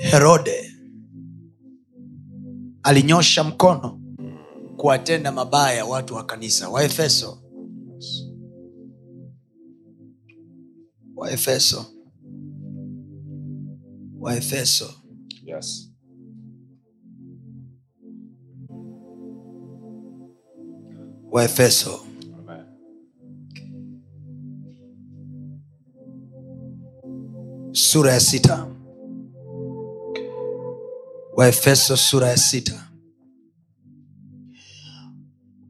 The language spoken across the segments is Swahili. herode alinyosha mkono kuwatenda mabaya watu wa kanisa waefeso waefeso waefeso yes waefeso Amen. sura ya sita waefeso sura ya sita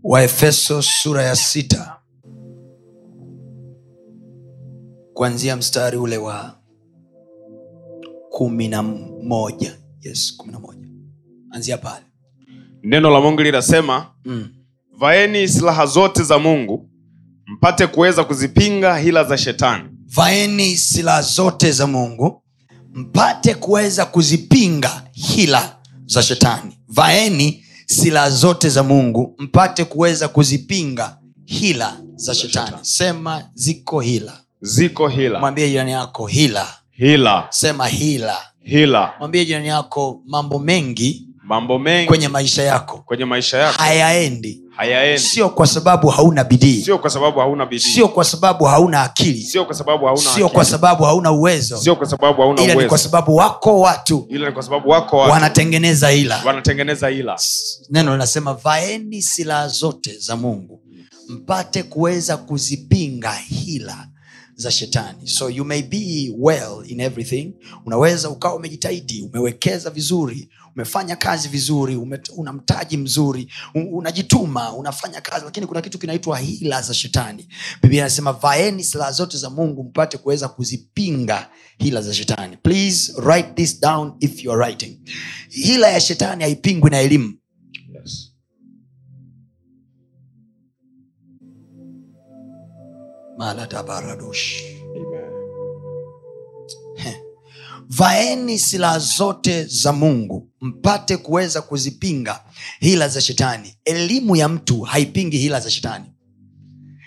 waefeso sura ya sita kuanzia mstari ule wa kumi na moja yes kumi na moja anzia pale neno la mungu linasema mm. vaeni silaha zote za mungu mpate kuweza kuzipinga hila za shetani vaeni silaha zote za mungu mpate kuweza kuzipinga hila za shetani vaeni silaha zote za mungu mpate kuweza kuzipinga hila za shetani shetani. sema ziko hila ziko hila mwambie jirani yako hila hila sema hila hila mwambie jirani yako mambo mengi mambo mengi kwenye, kwenye maisha yako kwenye maisha yako hayaendi hayaendi sio kwa sababu hauna bidii sio kwa sababu hauna bidii sio kwa sababu hauna akili sio kwa sababu hauna sio kwa akili. sababu hauna uwezo sio kwa sababu hauna ila ni kwa uwezo sababu wako watu ila ni kwa sababu wako watu wanatengeneza hila wanatengeneza hila neno linasema vaeni silaha zote za mungu mpate kuweza kuzipinga hila za shetani so you may be well in everything unaweza ukawa umejitahidi umewekeza vizuri umefanya kazi vizuri ume, una mtaji mzuri un- unajituma unafanya kazi lakini kuna kitu kinaitwa hila za shetani biblia anasema vaeni silaha zote za mungu mpate kuweza kuzipinga hila za shetani please write this down if you are writing hila ya shetani haipingwi na elimu yes. malataradosh Amen. vaeni silaha zote za mungu mpate kuweza kuzipinga hila za shetani elimu ya mtu haipingi hila za shetani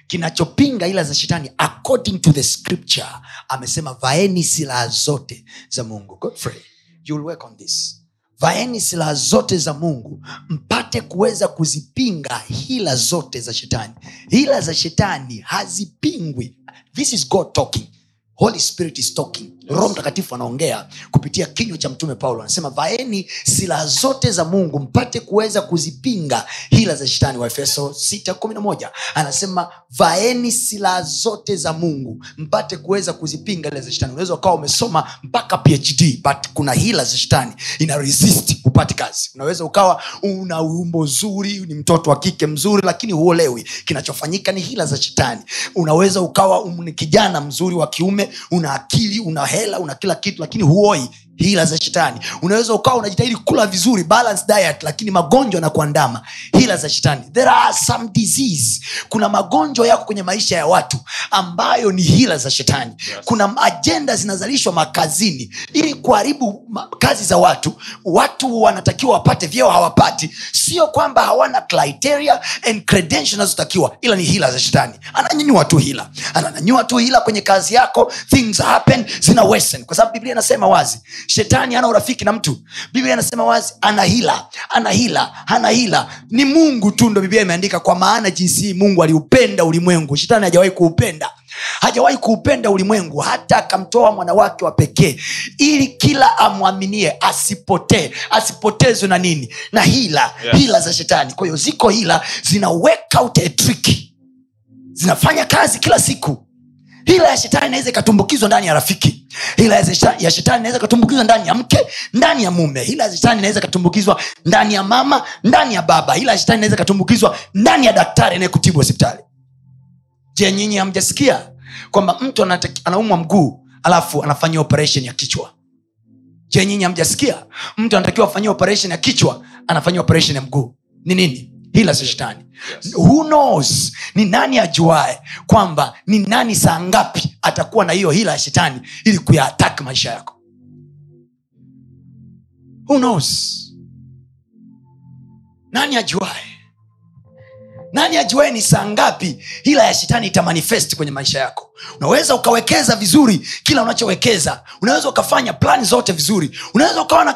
kinachopinga hila za shetani according to the scripture amesema vaeni silaha zote za mungu Godfrey, you will work on this vaeni silaha zote za mungu mpate kuweza kuzipinga hila zote za shetani hila za shetani hazipingwi this is god talking holy spirit is talking roho mtakatifu anaongea kupitia kinywa cha mtume paulo anasema vaeni silaha zote za mungu mpate kuweza kuzipinga hila za shetani wa efeso 6:11 anasema vaeni silaha zote za mungu mpate kuweza kuzipinga hila za shetani unaweza ukawa umesoma mpaka phd but kuna hila za shetani ina resist upate kazi unaweza ukawa una umbo zuri ni mtoto wa kike mzuri lakini huolewi kinachofanyika ni hila za shetani unaweza ukawa um- ni kijana mzuri wa kiume una akili una hela una kila kitu lakini huoi hila za shetani unaweza ukawa unajitahidi kula vizuri balanced diet lakini magonjwa yanakuandama hila za shetani there are some disease kuna magonjwa yako kwenye maisha ya watu ambayo ni hila za shetani Yes. kuna ajenda zinazalishwa makazini ili kuharibu ma- kazi za watu watu wanatakiwa wapate vyeo hawapati sio kwamba hawana criteria and credential zinazotakiwa ila ni hila za shetani ananyanyua tu hila ananyanyua tu hila kwenye kazi yako things happen zina worsen kwa sababu biblia inasema wazi shetani hana urafiki na mtu biblia inasema wazi ana hila ana hila hana hila ni mungu tu ndo biblia imeandika kwa maana jinsi hii mungu aliupenda ulimwengu shetani hajawahi kuupenda hajawahi kuupenda ulimwengu hata akamtoa mwana wake wa pekee ili kila amwaminie asipotee asipotezwe na nini na hila Yes. hila za shetani kwa hiyo ziko hila zina work out a trick zinafanya kazi kila siku hila ya shetani inaweza ikatumbukizwa ndani ya rafiki hila ya sheta- ya shetani inaweza ikatumbukizwa ndani ya mke ndani ya mume hila ya shetani inaweza ikatumbukizwa ndani ya mama ndani ya baba hila ya shetani inaweza ikatumbukizwa ndani ya daktari anayekutibu hospitali je nyinyi hamjasikia kwamba mtu anataki- anaumwa mguu alafu anafanyia operation ya kichwa je nyinyi hamjasikia mtu anatakiwa afanyia operation ya kichwa anafanyia operation ya mguu ni nini hila za shetani yes. who knows ni nani ajuae kwamba ni nani saa ngapi atakuwa na hiyo hila ya shetani ili kuyaataki maisha yako who knows nani ajuae nani ajuae ni saa ngapi hila ya shetani itamanifest kwenye maisha yako unaweza ukawekeza vizuri kila unachowekeza unaweza ukafanya plani zote vizuri unaweza ukawa na,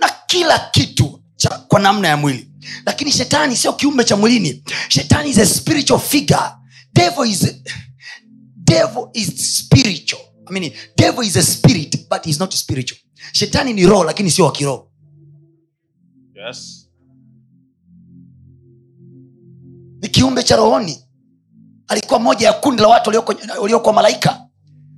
na kila kitu cha, kwa namna ya mwili lakini shetani sio kiumbe cha mwilini shetani is a spiritual figure devil is, devil is spiritual I mean, devil is a spirit but is not spiritual shetani ni roho lakini sio wa kiroho yes. ni kiumbe cha rohoni alikuwa moja ya kundi la watu walioko- waliokuwa malaika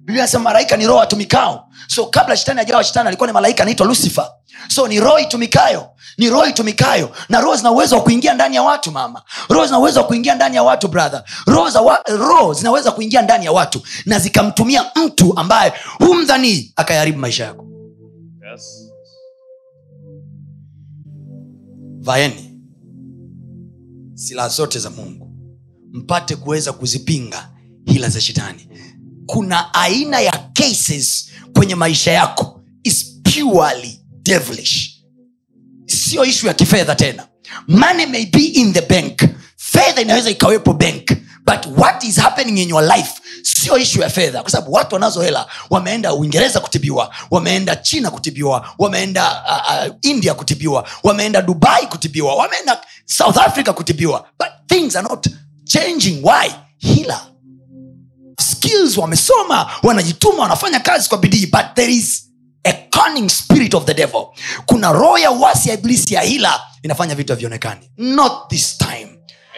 biblia anasema malaika ni roho atumikao so kabla shetani ajawa shetani alikuwa ni malaika anaitwa lucifer so ni roho itumikayo ni roho itumikayo na roho zina uwezo wa kuingia ndani ya watu mama roho zina uwezo wa kuingia ndani ya watu brother roho za wa, roho zinaweza kuingia ndani ya watu na zikamtumia mtu ambaye humdhanii akayaharibu maisha yako Yes. vaeni silaha zote za mungu mpate kuweza kuzipinga hila za shetani kuna aina ya cases kwenye maisha yako is purely devilish sio ishu ya kifedha tena money may be in the bank fedha inaweza ikawepo bank but what is happening in your life sio ishu ya fedha kwa sababu watu wanazo hela wameenda uingereza kutibiwa wameenda china kutibiwa wameenda uh, uh, india kutibiwa wameenda dubai kutibiwa wameenda south africa kutibiwa but things are not changing why hila skills wamesoma wanajituma wanafanya kazi kwa bidii but there is a cunning spirit of the devil kuna roho ya uasi ya iblisi ya hila inafanya vitu havionekani not this time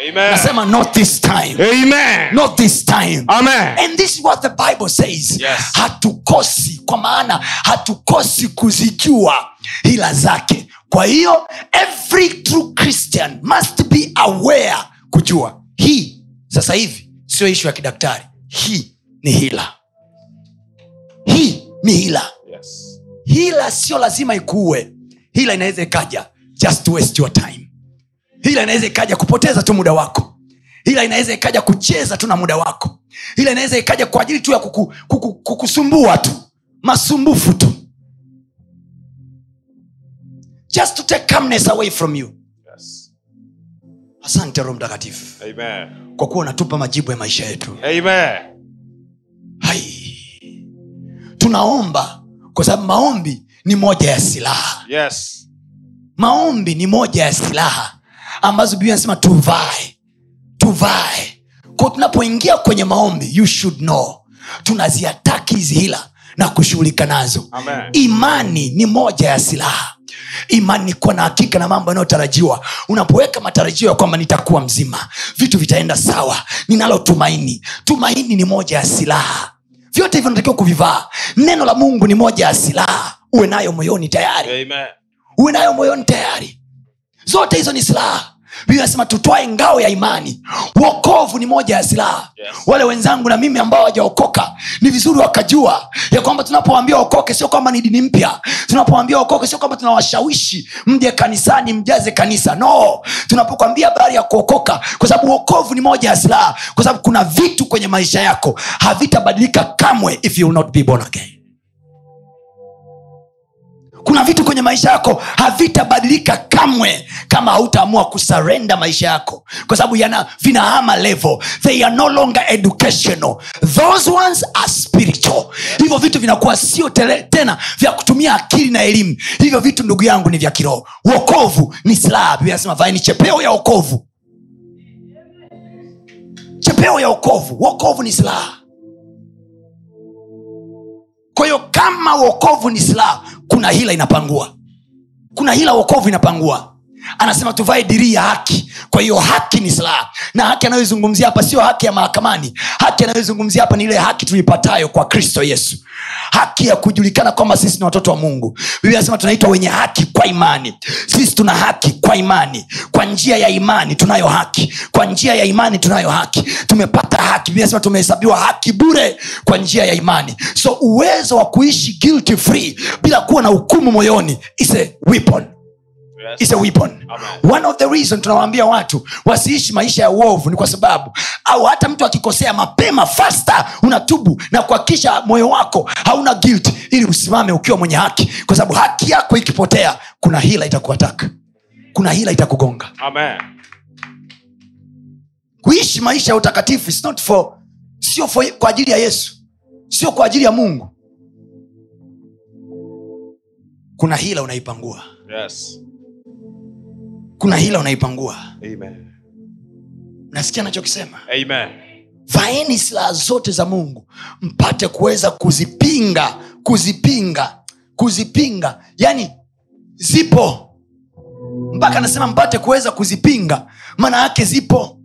Amen. nasema not this time Amen. not this time Amen. and this is what the bible says Yes. hatukosi kwa maana hatukosi kuzijua hila zake kwa hiyo every true christian must be aware kujua hii sasa hivi sio ishu ya kidaktari hii ni hila hii ni hila Yes. hila sio lazima ikuue hila inaweza ikaja just to waste your time hila inaweza ikaja kupoteza tu muda wako hila inaweza ikaja kucheza tu na muda wako hila inaweza ikaja kwa ajili tu ya kuku, kuku, kukusumbua tu masumbufu tu just to take calmness away from you Yes. asante roho mtakatifu Amen. kwa kuwa unatupa majibu ya maisha yetu Amen. Hai. tunaomba kwa sababu maombi ni moja ya silaha Yes. maombi ni moja ya silaha ambazo biblia inasema tuvae tuvae ko tunapoingia kwenye maombi you should know tunaziataki hizi hila na kushughulika nazo Amen. imani ni moja ya silaha imani ni kuwa na hakika na mambo yanayotarajiwa unapoweka matarajio ya kwamba nitakuwa mzima vitu vitaenda sawa ninalo tumaini tumaini ni moja ya silaha vyote hivyo natakiwa kuvivaa neno la mungu ni moja ya silaha uwe nayo moyoni tayari Amen. uwe nayo moyoni tayari zote hizo ni silaha biblia nasema tutwae ngao ya imani wokovu ni moja ya silaha Yes. wale wenzangu na mimi ambao hawajaokoka ni vizuri wakajua ya kwamba tunapowambia okoke sio kwamba ni dini mpya tunapowambia okoke sio kwamba tunawashawishi mje kanisani mjaze kanisa no tunapokwambia habari ya kuokoka kwa sababu uokovu ni moja ya silaha kwa sababu kuna vitu kwenye maisha yako havitabadilika kamwe if you will not be born again kuna vitu kwenye maisha yako havitabadilika kamwe kama hautaamua kusarenda maisha yako kwa sababu yana vinahama level they are no longer educational those ones are spiritual hivyo vitu vinakuwa sio tele- tena vya kutumia akili na elimu hivyo vitu ndugu yangu ni vya kiroho uokovu ni silaha biblia inasema vaeni chepeo ya okovu chepeo ya okovu uokovu ni silaha kwa hiyo kama uokovu ni silaha kuna hila inapangua kuna hila uokovu inapangua anasema tuvae dirii ya haki kwa hiyo haki ni silaha na haki anayoizungumzia hapa sio haki ya mahakamani haki anayoizungumzia hapa ni ile haki tuipatayo kwa kristo yesu haki ya kujulikana kwamba sisi ni watoto wa mungu biblia anasema tunaitwa wenye haki kwa imani sisi tuna haki kwa imani kwa njia ya imani tunayo haki kwa njia ya imani tunayo haki tumepata haki biblia anasema tumehesabiwa haki bure kwa njia ya imani so uwezo wa kuishi guilty free bila kuwa na hukumu moyoni is a weapon is a weapon Amen. one of the reason tunawaambia watu wasiishi maisha ya uovu ni kwa sababu au hata mtu akikosea mapema fasta unatubu na kuhakikisha moyo wako hauna guilt ili usimame ukiwa mwenye haki kwa sababu haki yako ikipotea kuna hila itakuataka kuna hila itakugonga Amen. kuishi maisha ya utakatifu it's not for sio for, kwa ajili ya yesu sio kwa ajili ya mungu kuna hila unaipangua Yes. kuna hila unaipangua Amen. nasikia anachokisema Amen. vaeni silaha zote za mungu mpate kuweza kuzipinga kuzipinga kuzipinga yani zipo mpaka anasema mpate kuweza kuzipinga maana yake zipo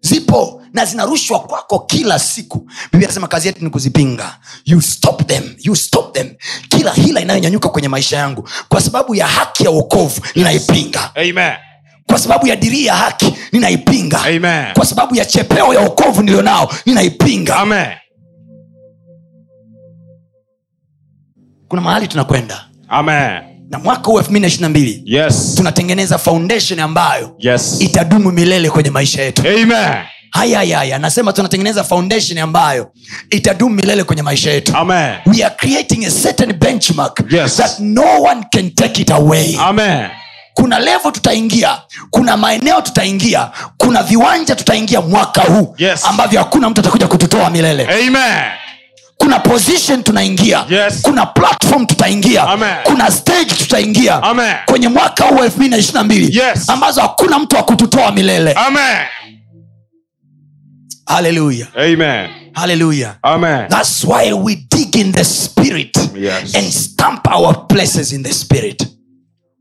zipo na zinarushwa kwako kila siku biblia anasema kazi yetu ni kuzipinga you stop them you stop them kila hila inayonyanyuka kwenye maisha yangu kwa sababu ya haki ya uokovu ninaipinga Amen. kwa sababu ya dirii ya haki ninaipinga Amen. kwa sababu ya chepeo ya okovu nilionao ninaipinga Amen. kuna mahali tunakwenda Amen. na mwaka huu 2022 Yes. tunatengeneza foundation ambayo Yes. itadumu milele kwenye maisha yetu Amen. haya haya haya nasema tunatengeneza foundation ambayo itadumu milele kwenye maisha yetu Amen. we are creating a certain benchmark Yes. that no one can take it away Amen. kuna levo tutaingia kuna maeneo tutaingia kuna viwanja tutaingia mwaka huu Yes. ambavyo hakuna mtu atakuja kututoa milele Amen. kuna position tunaingia Yes. kuna platform tutaingia Amen. kuna stage tutaingia Amen. kwenye mwaka huu elfu mbili na ishiri na mbili Yes. ambazo hakuna mtu wa kututoa milele Amen. haleluya Amen. haleluya Amen. thats why we dig in the spirit Yes. and stamp our places in the spirit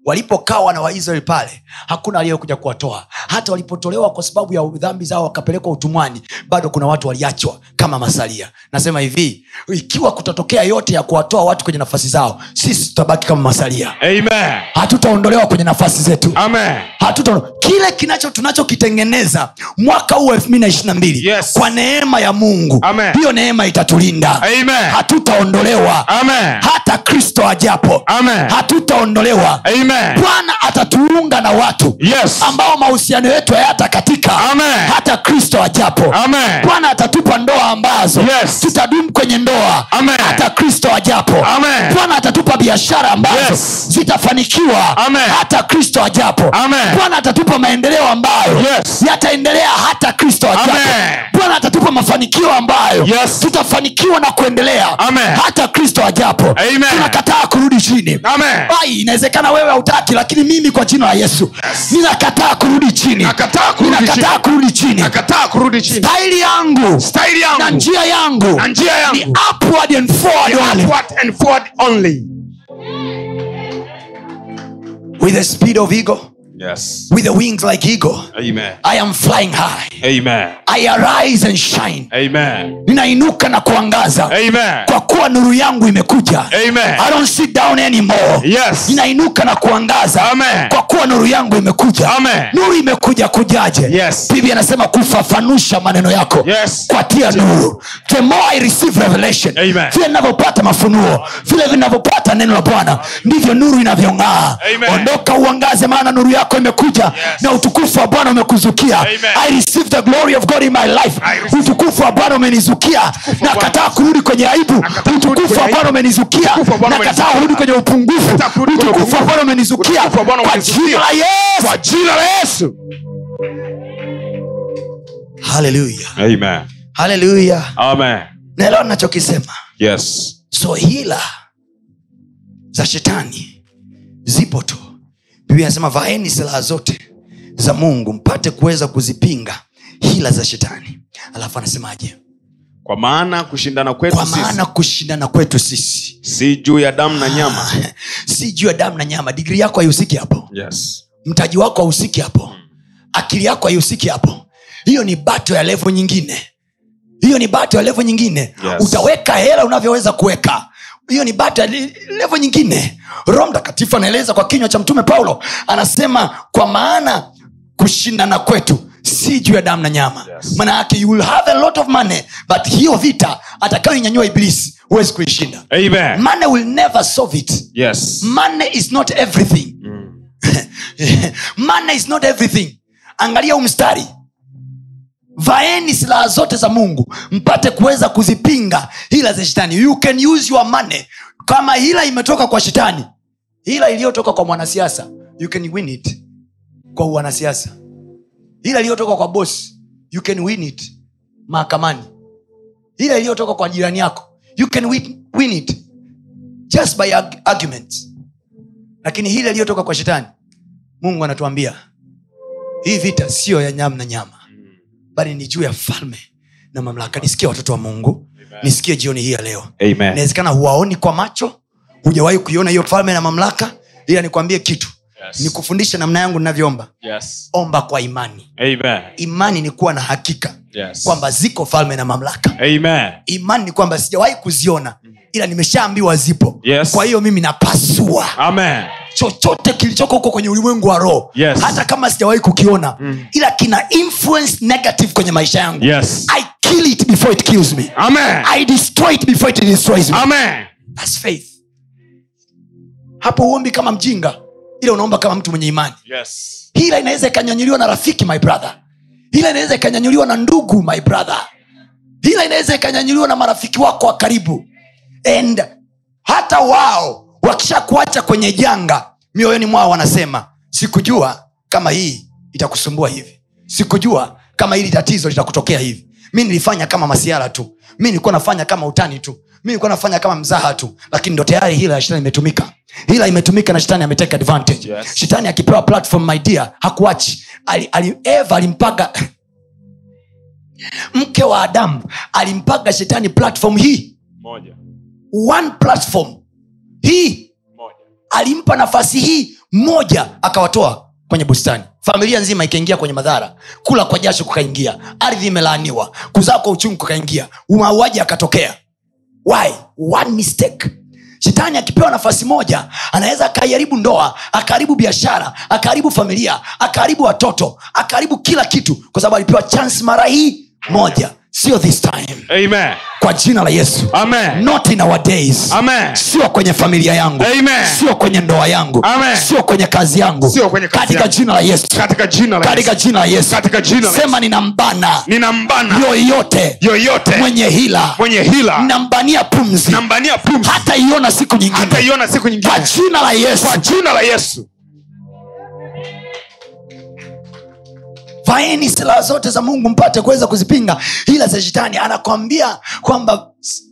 walipokaa wana waisraeli pale hakuna aliyekuja kuwatoa hata walipotolewa kwa sababu ya dhambi zao wakapelekwa utumwani bado kuna watu waliachwa kama masalia nasema hivi ikiwa kutatokea yote ya kuwatoa watu kwenye nafasi zao sisi tutabaki kama masalia Amen. hatutaondolewa kwenye nafasi zetu Amen. hatuta kile kinacho tunachokitengeneza mwaka huu elfu mbili na ishiri na mbili Yes. kwa neema ya mungu Amen. hiyo neema itatulinda Amen. hatutaondolewa Amen. hata kristo ajapo Amen. hatutaondolewa Amen. bwana atatuunga na watu Eh. Yes. ambao mahusiano yetu hayatakatika Amen. hata kristo ajapo Amen. bwana atatupa ndoa ambazo Yes. zitadumu kwenye ndoa Amen. hata kristo ajapo Amen. bwana atatupa biashara ambazo Yes. zitafanikiwa Amen. hata kristo ajapo Amen. bwana atatupa maendeleo ambayo Yes. yataendelea hata kristo ajapo Amen. bwana atatupa mafanikio ambayo Yes. tutafanikiwa na kuendelea Amen. hata kristo ajapo Amen. tunakataa kurudi chini Amen. Ai, inawezekana wewe hautaki lakini mimi kwa jina la yesu ninakataa kurudi chini Nakataa kurudi ninakataa chini. kurudi chini Nakataa kurudi chini. staili yangu Staili na yangu njia yangu na njia ni yangu. upward and forward only. Forward and forward only. with the speed of eagle Yes. with the wings like eagle Amen. i am flying high Amen. i arise and shine Amen. ninainuka na kuangaza Amen. kwa kuwa nuru yangu imekuja Amen. i don't sit down anymore Yes. ninainuka na kuangaza Amen. kwa kuwa nuru yangu imekuja Amen. nuru imekuja kujaje Yes. bibi anasema kufafanusha maneno yako Yes. kwatia nuru the more I receive revelation Amen. vile ninavyopata mafunuo vile vinavyopata neno la bwana ndivyo nuru inavyong'aa Amen. ondoka uangaze maana nuru yako imekuja na utukufu wa bwana umekuzukia Amen. i receive the glory of god in my life I receive- utukufu wa bwana umenizukia wa na Bwana. kataa kurudi kwenye aibu Nakataa kurudi utukufu kwenye wa aibu. bwana umenizukia Utukufu wa Bwana na kataa umenizukia. kurudi kwenye upungufu Nakataa kurudi kwenye utukufu wa upungufu. bwana umenizukia Utukufu wa Bwana kwa umenizukia. jina la yesu Kwa jina la Yesu. haleluya Amen. haleluya Amen. naelewa nachokisema Yes. so hila za shetani zipo tu biblia anasema vaeni silaha zote za mungu mpate kuweza kuzipinga hila za shetani alafu anasemaje Kwa maana kushindana kwetu kwa maana sisi kushindana kwetu sisi si juu ya damu na nyama. si juu ya damu na nyama digrii yako haihusiki hapo Yes. mtaji wako hausiki hapo akili yako haihusiki hapo hiyo ni bato ya levo nyingine hiyo ni bato ya levo nyingine Yes. utaweka hela unavyoweza kuweka hiyo ni bato ya li- levo nyingine roho mtakatifu anaeleza kwa kinywa cha mtume paulo anasema kwa maana kushindana kwetu si juu ya damu na nyama Yes. maana yake you will have a lot of money but hiyo vita atakayoinyanyua iblisi huwezi kuishinda Amen. money will never solve it Yes. money is not everything Mm. mana is not everything angalia huu mstari vaeni silaha zote za mungu mpate kuweza kuzipinga hila za shetani you can use your money kama hila imetoka kwa shetani hila iliyotoka kwa mwanasiasa you can win it kwa wanasiasa hila iliyotoka kwa bosi you can win it mahakamani hila iliyotoka kwa jirani yako you can win, win it just by arg- arguments lakini hila iliyotoka kwa shetani mungu anatuambia hii vita siyo ya nyama na nyama bali ni juu ya falme na mamlaka nisikie watoto wa mungu nisikie jioni hii ya leo Amen. inawezekana huwaoni kwa macho hujawahi kuiona hiyo falme na mamlaka ila nikwambie kitu Yes. nikufundishe namna yangu ninavyoomba Yes. omba kwa imani Amen. imani ni kuwa na hakika Yes. kwamba ziko falme na mamlaka Amen. imani ni kwamba sijawahi kuziona ila nimeshaambiwa zipo Yes. kwa hiyo mimi napasua Amen. chochote kilichoko huko kwenye ulimwengu wa roho Yes. hata kama sijawahi kukiona mm. ila kina influence negative kwenye maisha yangu Yes. i kill it before it kills me Amen. i destroy it before it destroys me Amen. That's faith hapo huombi kama mjinga ila unaomba kama mtu mwenye imani Yes. hila inaweza ikanyanyuliwa na rafiki my brother hila inaweza ikanyanyuliwa na ndugu my brother hila inaweza ikanyanyuliwa na marafiki wako wa karibu and hata wao wakishakuacha kwenye janga mioyoni mwao wanasema sikujua kama hii itakusumbua hivi sikujua kama hili tatizo litakutokea hivi mi nilifanya kama masiara tu mi nilikuwa nafanya kama utani tu mi nilikuwa nafanya kama mzaha tu lakini ndo tayari hila ya shetani imetumika hila imetumika na shetani ameteka advantage Yes. shetani akipewa platform my dear hakuachi ali, ali, eva alimpaga mke wa adamu alimpaga shetani platform hii Moja. one platform hii Moja. alimpa nafasi hii moja akawatoa kwenye bustani familia nzima ikaingia kwenye madhara kula kwa jasho kukaingia ardhi imelaaniwa kuzaa kwa uchungu kukaingia mauaji akatokea why one mistake shetani akipewa nafasi moja anaweza akaiharibu ndoa akaharibu biashara akaharibu familia akaharibu watoto akaharibu kila kitu kwa sababu alipewa chance mara hii moja sio this time Amen. kwa jina la yesu Amen. not in our days Amen. sio kwenye familia yangu Amen. sio kwenye ndoa yangu Amen. sio kwenye kazi yangu Sio kwenye kazi katika yangu. jina la yesu Katika jina la katika Yesu. jina la yesu Katika jina la Yesu. sema ninambana Ninambana yoyote yoyote mwenye hila mwenye hila. nambania pumzi Nambania pumzi. hata iona siku nyingine Hataiona siku kwa nyingine. jina la yesu Kwa jina la Yesu. vaeni silaha zote za mungu mpate kuweza kuzipinga hila za shetani anakwambia kwamba s-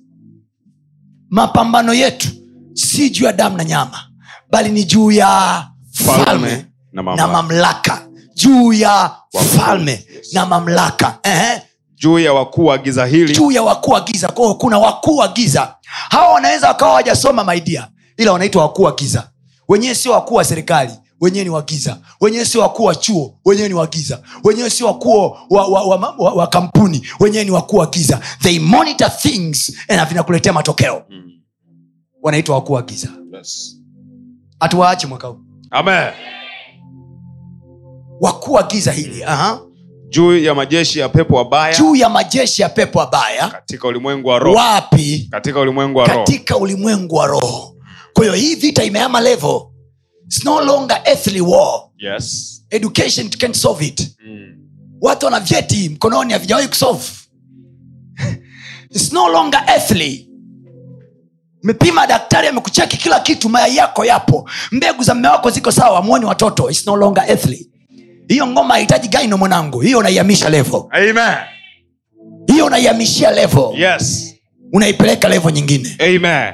mapambano yetu si juu ya damu na nyama bali ni juu ya falme na na mama. mamlaka juu ya Wakuu. falme Yes. na mamlaka Ehe. Juu ya wakuu wa giza hili. juu ya wakuu wa giza kwao kuna wakuu wa giza hawa wanaweza wakawa wajasoma maidia ila wanaitwa wakuu wa giza wenyewe sio wakuu wa serikali wenyewe ni wagiza wenyewe sio wakuu wa chuo wenyewe ni wagiza wenyewe sio wakuu wa, wa, wa, wa, wa kampuni wenyewe ni wakuu wa giza they monitor things na vinakuletea matokeo wanaitwa wakuu wa giza Yes. hatuwaachi mwaka huu Amen. wakuu wa giza hili aha. Juu ya majeshi ya pepo wabaya juu ya majeshi ya pepo abaya katika ulimwengu wa roho. wapi Katika ulimwengu wa roho. katika ulimwengu wa roho kwa hiyo hii vita imeama level It's no longer earthly war Yes. education can solve it Mm. watu wana vyeti mkononi havijawahi kusolve It's no longer earthly mepima daktari amekucheki kila kitu mayai yako yapo mbegu za mme wako ziko sawa mwoni watoto It's no longer earthly hiyo ngoma hahitaji gaino mwanangu hiyo unaihamisha levo Amen. hiyo unaihamishia levo Yes. unaipeleka levo nyingine Amen.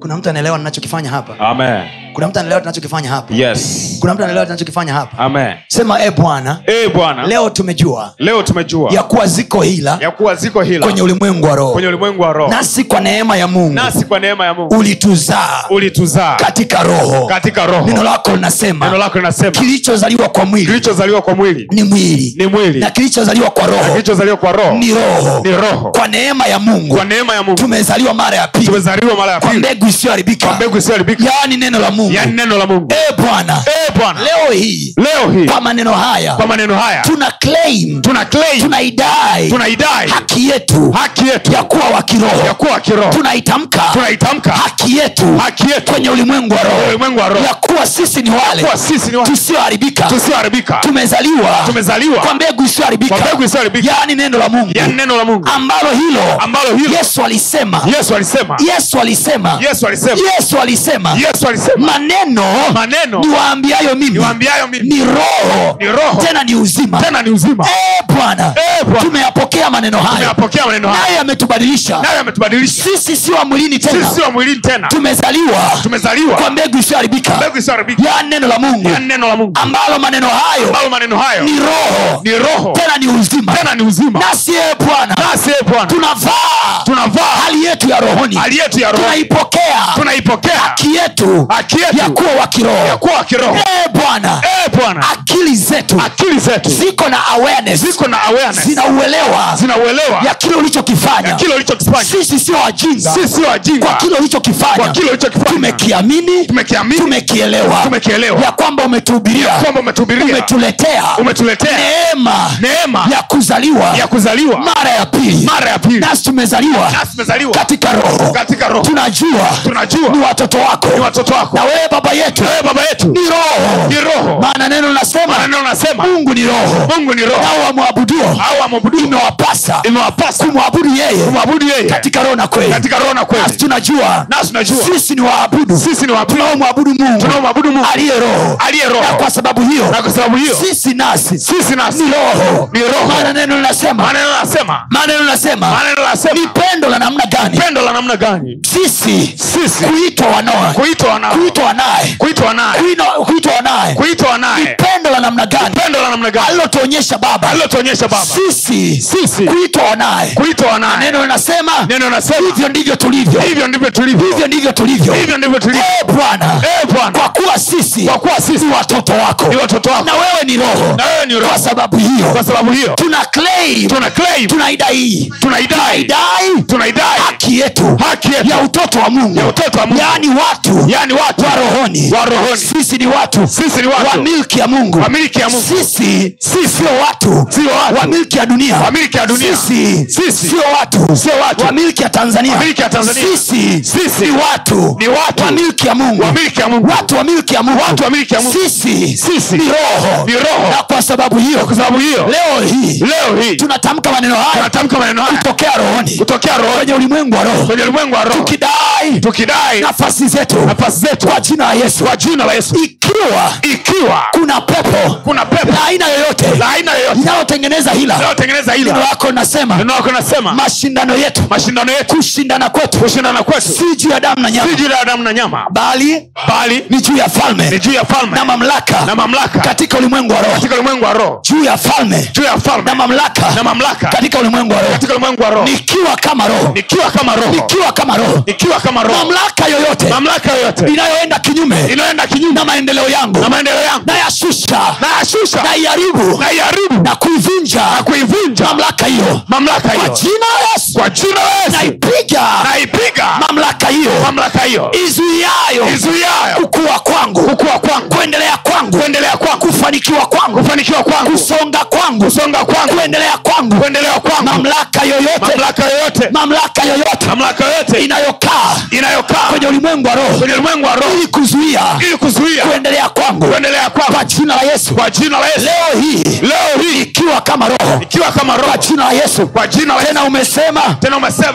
kuna mtu anaelewa ninachokifanya hapa Amen. kuna mtu anaelewa tunachokifanya hapa yes kuna mtu anaelewa tunachokifanya hapa amen sema e bwana ee bwana leo, leo tumejua tumejua ya kuwa ziko hila ya kuwa ziko hila kwenye ulimwengu wa roho kwenye ulimwengu wa roho nasi kwa neema ya mungu nasi kwa neema ya mungu ulituzaa ulituzaa katika roho katika neno roho lako linasema neno lako linasema kilichozaliwa kwa mwili kilichozaliwa kwa mwili ni mwili ni mwili na kilichozaliwa kwa roho kilichozaliwa kwa roho ni roho ni roho. kwa neema ya mungu kwa neema ya mungu tumezaliwa mara ya pili tumezaliwa mara ya kwa pili mbegu kwa isiyoharibika mbegu isiyoharibika yaani neno la mungu yani neno la mungu e bwana ee bwana leo hii leo hii kwa maneno kwa haya maneno haya tuna claim tuna claim tunaidai tunaidai haki yetu haki yetu ya kuwa wa ya kiroho kuwa kiroho tunaitamka tunaitamka haki yetu haki yetu kwenye ulimwengu wa Kwenye roho ulimwengu wa roho ya kuwa sisi ni wale kuwa sisi ni watu tusioharibika tusioharibika tumezaliwa kwa tumezaliwa mbegu isiyoharibika kwa mbegu isiyoharibika yaani neno la mungu yani neno la mungu ambalo hilo ambalo hilo yesu alisema yesu alisema yesu alisema yesu alisema yesu alisema yesu alisema maneno maneno niwaambiayo mimi niwaambiayo mimi ni roho ni roho tena ni uzima tena ni uzima Eh, bwana Eh, Bwana. tumeyapokea maneno haya tumeyapokea maneno haya naye ametubadilisha nayo yametubadilisha sisi si wa mwilini tena sisi sio mwilini tena tumezaliwa kwa tumezaliwa mbegu isiyoharibika mbegu isiyoharibika ya neno la mungu yani neno la mungu ambalo maneno hayo ambalo maneno hayo ni roho ni roho tena ni uzima tena ni uzima nasi ee bwana nasi ee bwana tunavaa tunavaa hali yetu ya rohoni hali yetu ya roho tunaipokea tunaipokea haki yetu haki ya yetu kuwa wa ya kiroho kuwa kiroho ee bwana Eh, bwana akili zetu akili zetu ziko na awareness ziko na awareness zinauelewa ya zinauelewa kile ulichokifanya kile ulichokifanya sisi sio wajinga sisi kwa wajinga kile kwa ulichokifanya kile ulichokifanya tumekiamini tumekiamini tumekielewa ya tumekielewa kwamba umetuhubiria kwamba umetuhubiria umetuletea umetuletea neema neema ya kuzaliwa ya kuzaliwa mara ya pili mara ya pili nasi tumezaliwa nasi tumezaliwa katika roho katika roho tunajua ni tunajua watoto wako ni watoto wako na wewe baba yetu wewe baba yetu ni roho ni roho maana neno linasema maneno nasema mungu ni roho mungu ni roho nao wamwabuduo au amwabudu imewapasa imewapasa kumwabudu yeye kumwabudu yeye katika roho na kweli katika roho na nasi kweli tunajua nasi tunajua sisi ni waabudu sisi ni waabudu tunaomwabudu mungu tunaomwabudu mungu aliye roho aliye na roho kwa sababu hiyo na kwa sababu hiyo sisi nasi sisi nasi ni roho ni roho. maana neno linasema maneno nasema maana neno linasema maneno ni nasema pendo la namna gani pendo la namna gani sisi sisi kuitwa wanoa kuitwa wanao kuitwa wanaye kuitwa naye Kuino- kuitwa wanaye kuitwa wanaye pendo la namna gani pendo la namna gani alilotuonyesha baba alilotuonyesha baba sisi sisi kuitwa wanaye kuitwa wanaye neno linasema neno nasema hivyo ndivyo tulivyo hivyo ndivyo tulivyo hivyo ndivyo tulivyo hivyo ndivyo tulivyo Eh, bwana Eh, bwana kwa kuwa sisi kwa kuwa sisi ni watoto wako ni watoto wako na wewe ni roho na wewe ni kwa roho sababu kwa hiyo sababu hiyo tuna claim tuna claim tunaidai tunaidai dai tunaidai haki yetu haki yetu ya utoto wa mungu ya utoto wa Mungu yaani watu yani watu wa rohoni wa rohoni. sisi ni watu sisi ni wa watu milki ya mungu wa miliki ya Mungu sisi sio watu sio watu wa milki ya dunia wa miliki ya dunia sisi Sisi. sio watu sio watu wa milki ya tanzania Wa miliki ya Tanzania. sisi sisi watu ni watu wa milki ya mungu wa miliki ya Mungu watu wa milki ya mungu Watu wa miliki ya Mungu. sisi Sisi. ni roho ni na roho kwa sababu hiyo kwa sababu hiyo leo hii leo hii tunatamka maneno haya tunatamka maneno haya tokea rohoni kutokea roho kwenye ulimwengu wa roho kwenye ulimwengu wa roho tukidai tukidai nafasi zetu nafasi zetu kwa jina la yesu kwa jina la Yesu ikiwa ikiwa kuna pepo kuna pepo la aina yoyote la aina yoyote inayotengeneza hila inayotengeneza neno ila lako linasema neno lako nasema mashindano yetu mashindano yetu kushindana kwetu kushindana kwetu si juu ya damu na si nyama juu ya damu na nyama bali bali ni juu ya ni falme juu ya na falme na mamlaka mamlaka katika ulimwengu wa roho katika ulimwengu wa roho juu ya falme juu ya na falme na mamlaka mamlaka katika ulimwengu wa roho katika ulimwengu wa roho nikiwa kama roho nikiwa kama roho nikiwa kama roho nikiwa kama roho mamlaka yoyote mamlaka yoyote inayoenda kinyume inayoenda kinyume na maendeleo yangu na maendeleo yangu nayashusha nayashusha naiharibu naiharibu na kuivunja kuivunja mamlaka hiyo mamlaka kwa hiyo jina la yesu kwa jina la Yesu naipiga naipiga mamlaka hiyo mamlaka hiyo izuiayo izuiayo kukua kwangu kukua kwangu kuendelea kwangu kuendelea kwangu kufanikiwa kwangu kufanikiwa kwangu kusonga kwangu kusonga kwangu kuendelea kwangu kuendelea kwangu mamlaka yoyote mamlaka yoyote mamlaka yoyote mamlaka yote inayokaa inayokaa kwenye ulimwengu wa roho kwenye ulimwengu wa roho ili kuzuia ili kuzuia kuendelea kwangu kuendelea kwako kwa jina la yesu kwa jina la Yesu leo hii leo hii ikiwa kama roho ikiwa kama kwa roho jina la yesu kwa jina la Yesu tena umesema tena umesema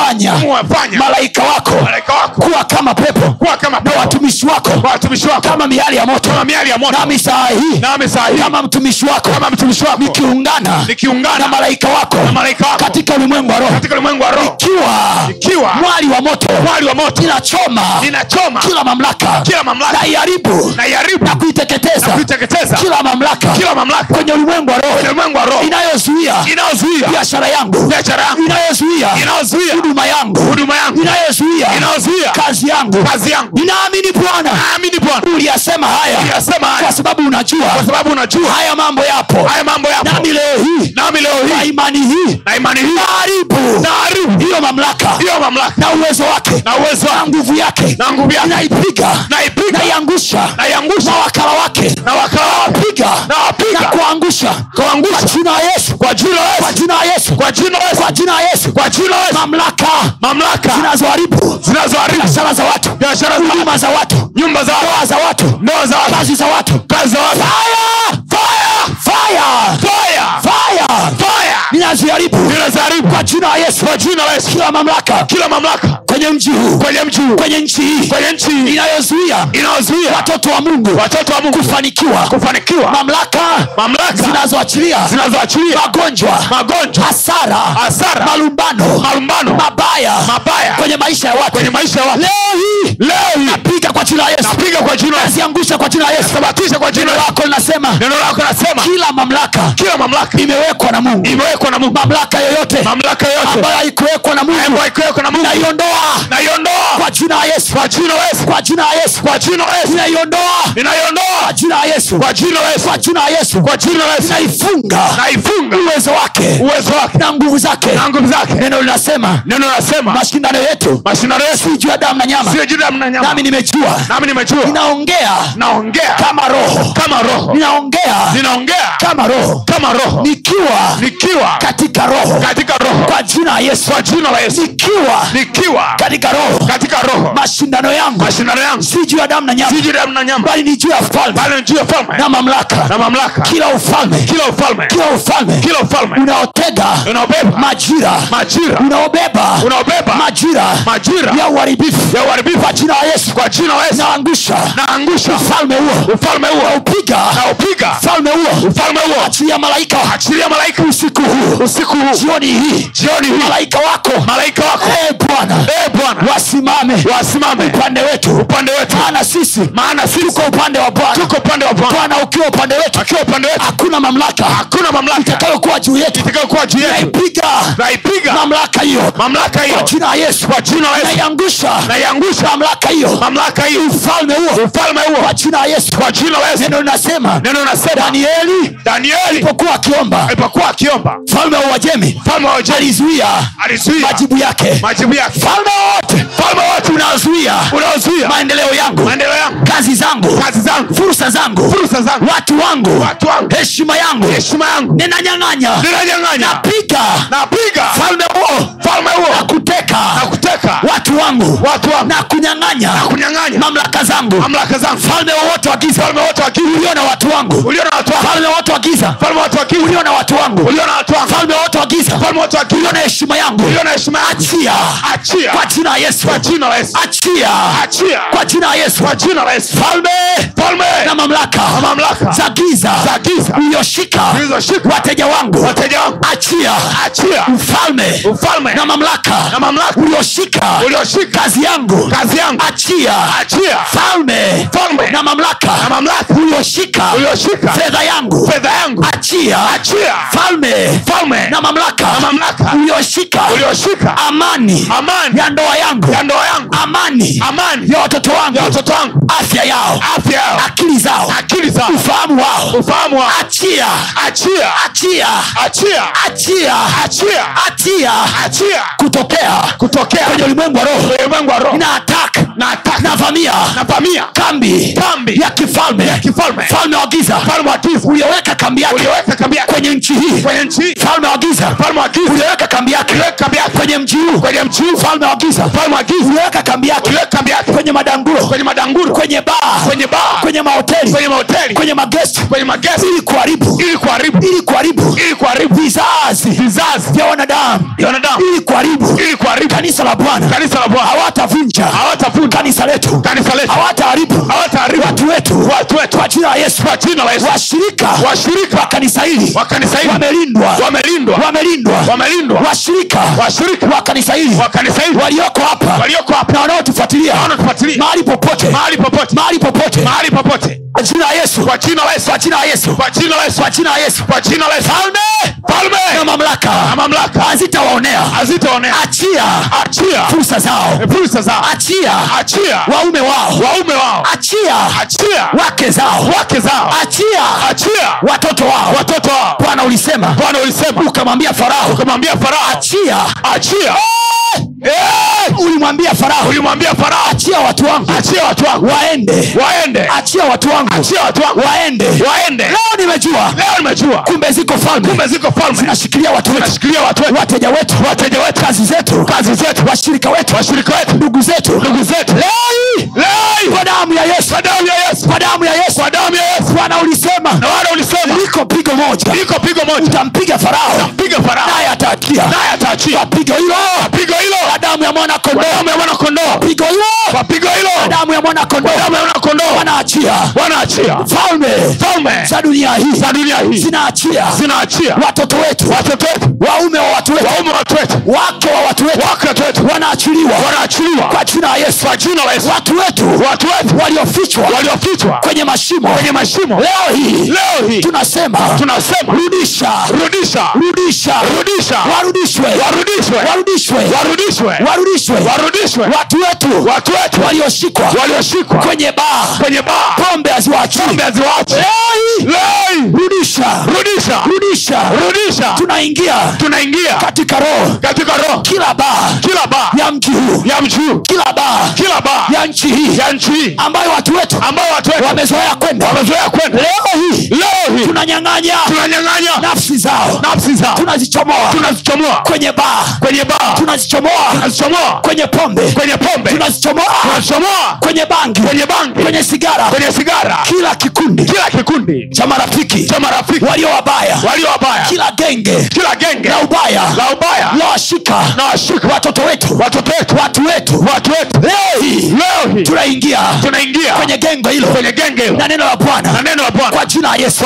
umewafanya umewafanya malaika wako malaika wako kuwa kama pepo kuwa kama na pepo watumishi wako kwa watumishi wako kama miali ya moto kama miali ya moto nami saa hii nami saa hii kama mtumishi wako kama mtumishi wako nikiungana nikiungana na malaika wako na malaika wako katika ulimwengu wa roho katika ulimwengu wa roho ikiwa ikiwa kuangamiziwa mwali wa moto mwali wa moto ninachoma ninachoma kila mamlaka kila mamlaka na iharibu na iharibu na kuiteketeza kuiteketeza kila mamlaka kila mamlaka kwenye ulimwengu wa kwenye roho ulimwengu wa roho inayozuia inayozuia biashara yangu biashara yangu inayozuia inayozuia huduma yangu huduma yangu inayozuia inayozuia kazi yangu kazi yangu ninaamini bwana naamini bwana uliyasema haya yasema kwa haya sababu unajua kwa sababu unajua haya mambo yapo haya mambo yapo nami leo hii nami leo kwa hii imani hii na imani hii naharibu naharibu hiyo mamlaka hiyo mamlaka na uwezo wake na uwezo na nguvu yake na nguvu yake naipiga naipiga naiangusha naiangusha na wakala wake na wakala piga na Nawapiga. kuangusha Kuangusha. kwa jina la yesu kwa jina la kwa Yesu jina la yesu kwa jina la Yesu kwa jina la yesu kwa jina la Yesu mamlaka mamlaka zinazoharibu zinazoharibu biashara za watu biashara za huduma za watu nyumba za ndoa za watu ndoa za watu kazi za watu kazi za watu Fire! Fire! fire Fire! fire ninaziharibu ninaziharibu kwa jina la yesu kwa jina la yesu kila mamlaka kila mamlaka kwenye mji huu kwenye mji huu kwenye nchi hii kwenye nchi hii inayozuia inayozuia watoto wa mungu watoto wa Mungu kufanikiwa kufanikiwa mamlaka mamlaka zinazoachilia zinazoachilia magonjwa magonjwa hasara hasara malumbano malumbano mabaya mabaya kwenye maisha ya watu kwenye maisha ya watu leo hii leo hii napiga kwa jina la yesu napiga kwa jina la Yesu. naziangusha kwa jina la yesu Nasabatisha kwa jina Neno la Yesu. lako linasema neno lako nasema kila mamlaka kila mamlaka imewekwa na mungu imewekwa na mungu mamlaka yoyote mamlaka yote ambayo haikuwekwa na mungu ambayo ikiwekwa na mungu naiondoa naiondoa kwa jina la yesu kwa jina la yesu kwa jina la yesu kwa jina la yesu ninaiondoa ninaiondoa kwa jina la yesu kwa jina la yesu kwa jina la yesu kwa jina la yesu naifunga naifunga uwezo wake uwezo wake na nguvu zake na nguvu zake neno linasema neno nasema mashindano yetu mashindano yetu si juu ya damu na nyama sio jina mna nyama nami nimejua nami nimejua ninaongea naongea kama roho kama roho ninaongea ninaongea kama roho kama roho nikiwa nikiwa katika roho katika roho kwa jina la yesu kwa jina la Yesu nikiwa nikiwa katika roho katika roho mashindano yangu mashindano yangu si juu ya damu na nyama si jina mna nyama bali ni juu ya falme bali ni juu ya falme na mamlaka na mamlaka kila ufalme kila ufalme kila ufalme kila ufalme unaotega unaobeba majira majira unaobeba unaobeba majira majira ya uharibifu ya uharibifu kwa jina la yesu kwa jina la Yesu naangusha naangusha ufalme huo ufalme huo naupiga naupiga ufalme huo ufalme huo achilia malaika achilia malaika usiku huu usiku huu jioni hii jioni hii malaika wako malaika wako Ee bwana e bwana wasimame wasimame upande wetu upande wetu maana sisi maana sisi tuko upande wa bwana tuko upande wa bwana bwana ukiwa upande wetu akiwa upande wetu hakuna mamlaka hakuna mamlaka itakayokuwa juu yetu itakayokuwa juu yetu naipiga naipiga mamlaka hiyo mamlaka hiyo kwa jina la yesu kwa jina la Yesu naiangusha naiangusha mamlaka hiyo mamlaka hiyo ufalme huo ufalme huo kwa jina la yesu kwa jina la Yesu neno linasema neno nasema danieli Danieli alipokuwa akiomba alipokuwa akiomba mfalme wa uajemi mfalme wa Uajemi alizuia alizuia majibu yake majibu yake falme wote mfalme wote unazuia unaozuia maendeleo yangu maendeleo yangu kazi zangu kazi zangu fursa zangu fursa zangu watu wangu watu wangu heshima yangu heshima yangu ninanyang'anya ninanyang'anya napiga napiga falme huo na mfalme huo na kuteka kuteka watu wangu watu wangu na kunyang'anya na kunyang'anya mamlaka zangu mamlaka zangu falme wowote wa giza falme wote wa giza ulio na watu wangu ulio na watu wangu falme wote wa giza mfalme wote wa kiu ulio na watu wangu ulio na watu wangu falme wote wa giza mfalme wote wa kiu ulio na heshima yangu ulio na heshima yangu achia achia kwa jina la yesu kwa jina la Yesu achia achia kwa jina la yesu kwa jina la Yesu falme mfalme na na mamlaka mamlaka za giza za giza ulioshika zilizoshika wateja wangu wateja wangu achia achia mfalme ufalme na na mamlaka mamlaka ulioshika ulioshika kazi yangu kazi yangu achia achia falme Mfalme na na mamlaka mamlaka ulioshika ulioshika fedha yangu fedha yangu achia achia falme mfalme na na mamlaka mamlaka ulioshika ulioshika amani amani ya ndoa yangu ya ndoa yangu amani amani ya watoto wangu ya watoto wangu afya yao afya yao akili zao akili zao ufahamu wao ufahamu wao achia achia achia achia achia achia achia achia kutokea kutokea kwenye ulimwengu wa roho ulimwengu wa roho na atak na ataka navamia na pamia kambi Kambi. ya kifalme kifalme falme wa giza mfalme wa giza ulioweka kambi yake ulioweka kambi yake kwenye nchi hii kwenye nchi falme wa giza mfalme wa giza ulioweka kambi yake kambi yake kwenye mji huu kwenye mji falme wa giza mfalme wa giza ulioweka kambi yake uliweka kambi yake kwenye madanguro kwenye madanguro kwenye baa kwenye baa kwenye mahoteli kwenye mahoteli kwenye magesti kwenye magesi ili kuharibu ili kuharibu ili kuharibu ili kuharibu vizazi vizazi vya wanadamu vya wanadamu ili kuharibu ili kuharibu kanisa la bwana kanisa la Bwana hawatavunja hawatavunja kanisa letu kanisa letu hawataharibu hawataharibu watu watu wetu watu wetu kwa jina la yesu kwa jina la yesu washirika washirika wa kanisa hili wa kanisa hili wamelindwa wamelindwa wamelindwa wamelindwa washirika Washirika wa kanisa hili wa kanisa hili walioko hapa walioko na hapa wanaotufuatilia wanaotufuatilia mahali popote mahali popote mahali popote mahali popote kwa jina la yesu kwa jina la yesu kwa jina la yesu kwa jina la Yesu kwa jina la yesu kwa jina la Yesu falme falme na mamlaka na mamlaka hazitawaonea hazitaonea achia achia fursa zao fursa zao achia achia waume wao waume wao achia achia wake zao wake zao achia achia watoto wao watoto wao bwana ulisema bwana ulisema ukamwambia farao ukamwambia farao achia achia Eh! ulimwambia farao ulimwambia farao achia watu wangu achia watu wako waende waende achia watu wangu achia watu wako waende waende leo nimejua leo nimejua kumbe ziko falme kumbe ziko falme zinashikilia watu zinashikilia watu wetu wateja wetu wateja wetu kazi zetu kazi zetu washirika wetu washirika wetu ndugu zetu ndugu zetu leo Leo! kwa damu ya yesu kwa damu ya yesu kwa damu ya yesu kwa damu ya yesu bwana ulisema na wale ulisema liko pigo moja liko pigo moja utampiga farao piga farao naye ataakia naye ataachia kwa pigo hilo pigo hilo kwa damu ya mwana kwa kondoo damu ya mwana kondoo pigo hilo kwa pigo kwa hilo damu ya mwana kondoo damu ya mwana kondoo wanaachia wanaachia falme falme za dunia hii za dunia hii zinaachia zinaachia watoto wetu watoto wetu waume wa watu wetu waume watu wetu wake wa watu wetu wake watu wetu wanaachiliwa wanaachiliwa kwa jina la yesu kwa jina la Yesu watu wetu watu wetu waliofichwa waliofichwa kwenye mashimo kwenye mashimo leo hii leo hii tunasema tunasema rudisha rudisha rudisha rudisha warudishwe warudishwe warudishwe warudishwe warudishwe warudishwe watu wetu watu wetu walioshikwa walioshikwa kwenye baa kwenye baa pombe haziwaachii pombe haziwaachi Leo hii, lei rudisha rudisha rudisha rudisha tunaingia tunaingia katika roho katika roho kila baa kila baa ya mji huu ya mji huu kila baa kila baa ya nchi hii ya nchi hii ambayo watu wetu ambayo watu wetu wamezoea kwenda wamezoea kwenda leo hii leo hii tunanyang'anya tunanyang'anya nafsi zao nafsi zao tunazichomoa tunazichomoa kwenye baa kwenye baa tunazichomoa tunazichomoa kwenye pombe kwenye pombe tunazichomoa tunazichomoa kwenye bangi kwenye bangi kwenye sigara kwenye sigara kila kikundi kila kikundi cha marafiki cha marafiki walio wabaya walio wabaya kila genge kila genge la ubaya la ubaya lawashika na washika watoto wetu watoto wetu watu wetu watu wetu leo hii leo hii tunaingia tunaingia kwenye genge hilo kwenye genge hilo. na neno la na bwana neno la kwa bwana jina la yesu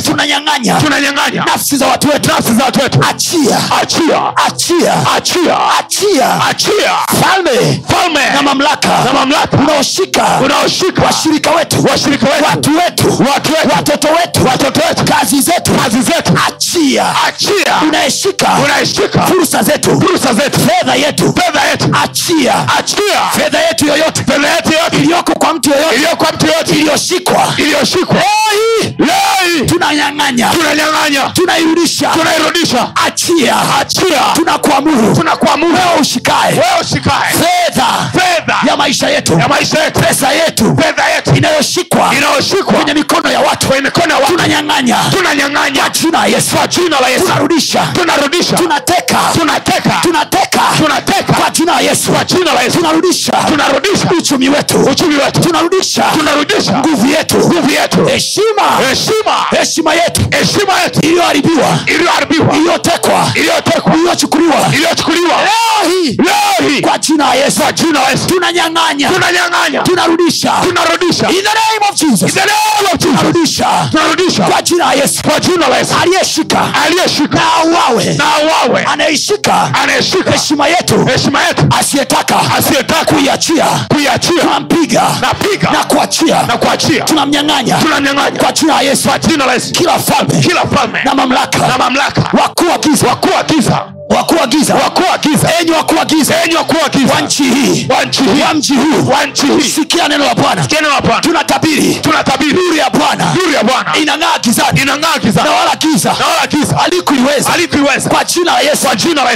tunanyang'anya tunanyang'anya nafsi za watu wetu nafsi za watu wetu achia achia achia achia achia achia falme falme na mamlaka na mamlaka unaoshika unaoshika washirika wetu Washirika wetu. watu wetu Watu wetu. watoto wetu watoto wetu kazi zetu kazi zetu achia achia unayeshika unayeshika fursa zetu fursa zetu fedha yetu fedha yetu achia achia fedha yetu yoyote fedha yetu yote iliyoko kwa mtu yoyote iliyoko kwa mtu yote iliyoshikwa iliyoshikwa leo lei tunanyang'anya tunanyang'anya tunairudisha tunairudisha achia achia tunakuamuru tunakuamuru wewe ushikae wewe usikae fedha fedha ya maisha yetu ya maisha yetu pesa yetu fedha yetu inayoshikwa inayoshikwa kwenye mikono ya watu kwenye mikono ya watu tunanyang'anya tunanyang'anya jina la yesu kwa jina la Yesu tunarudisha tunarudisha tunateka tunateka tunateka tunateka kwa jina la yesu jina la Yesu tunarudisha tunarudisha uchumi wetu uchumi wetu tunarudisha tunarudisha nguvu yetu nguvu yetu heshima heshima heshima yetu heshima yetu iliyoharibiwa iliyoharibiwa iliyotekwa iliyotekwa iliyochukuliwa iliyochukuliwa leo hii leo hii kwa jina la yesu jina la Yesu tunanyang'anya tunanyang'anya tunarudisha tunarudisha In the name of Jesus. In the name of Jesus. tunarudisha tunarudisha kwa jina la yesu kwa jina la Yesu aliyeshika aliyeshika na auawe na wawe anayeshika anayeshika heshima yetu heshima yetu asiyetaka asiyetaka kuiachia kuiachia tunampiga napiga na kuachia na kuachia tunamnyang'anya tunanyang'anya kwa jina la yesu kwa jina la Yesu kila falme kila falme na na mamlaka mamlaka wakuu wa giza wakuu wa giza wakuu wa giza wakuu wa giza enyi wakuu wa giza enyi wakuu wa giza wa nchi hii wa nchi hii wa mji huu wa nchi hii sikia neno la bwana tena la Bwana tunatabiri tunatabiri nuru ya bwana nuru ya Bwana inang'aa gizani inang'aa giza na wala giza na wala giza alikuiweza alikuiweza kwa jina la yesu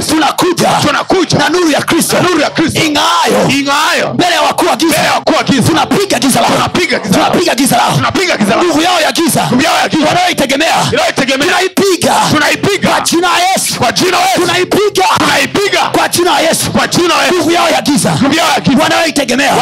tunakuja tunakuja na nuru ya kristo na nuru ya Kristo ing'aayo ing'aayo mbele ya wakuu wa mbele ya giza wakuu wa giza tunapiga giza lao tunapiga giza lao. tunapiga giza lao tunapiga giza lao nguvu yao ya giza Nguvu yao ya giza wanayoitegemea inayotegemea tunaipiga tunaipiga kwa jina la yesu kwa jina la Yesu tunaipiga tunaipiga kwa jina la yesu kwa jina la nguvu yao ya giza wanayoitegemea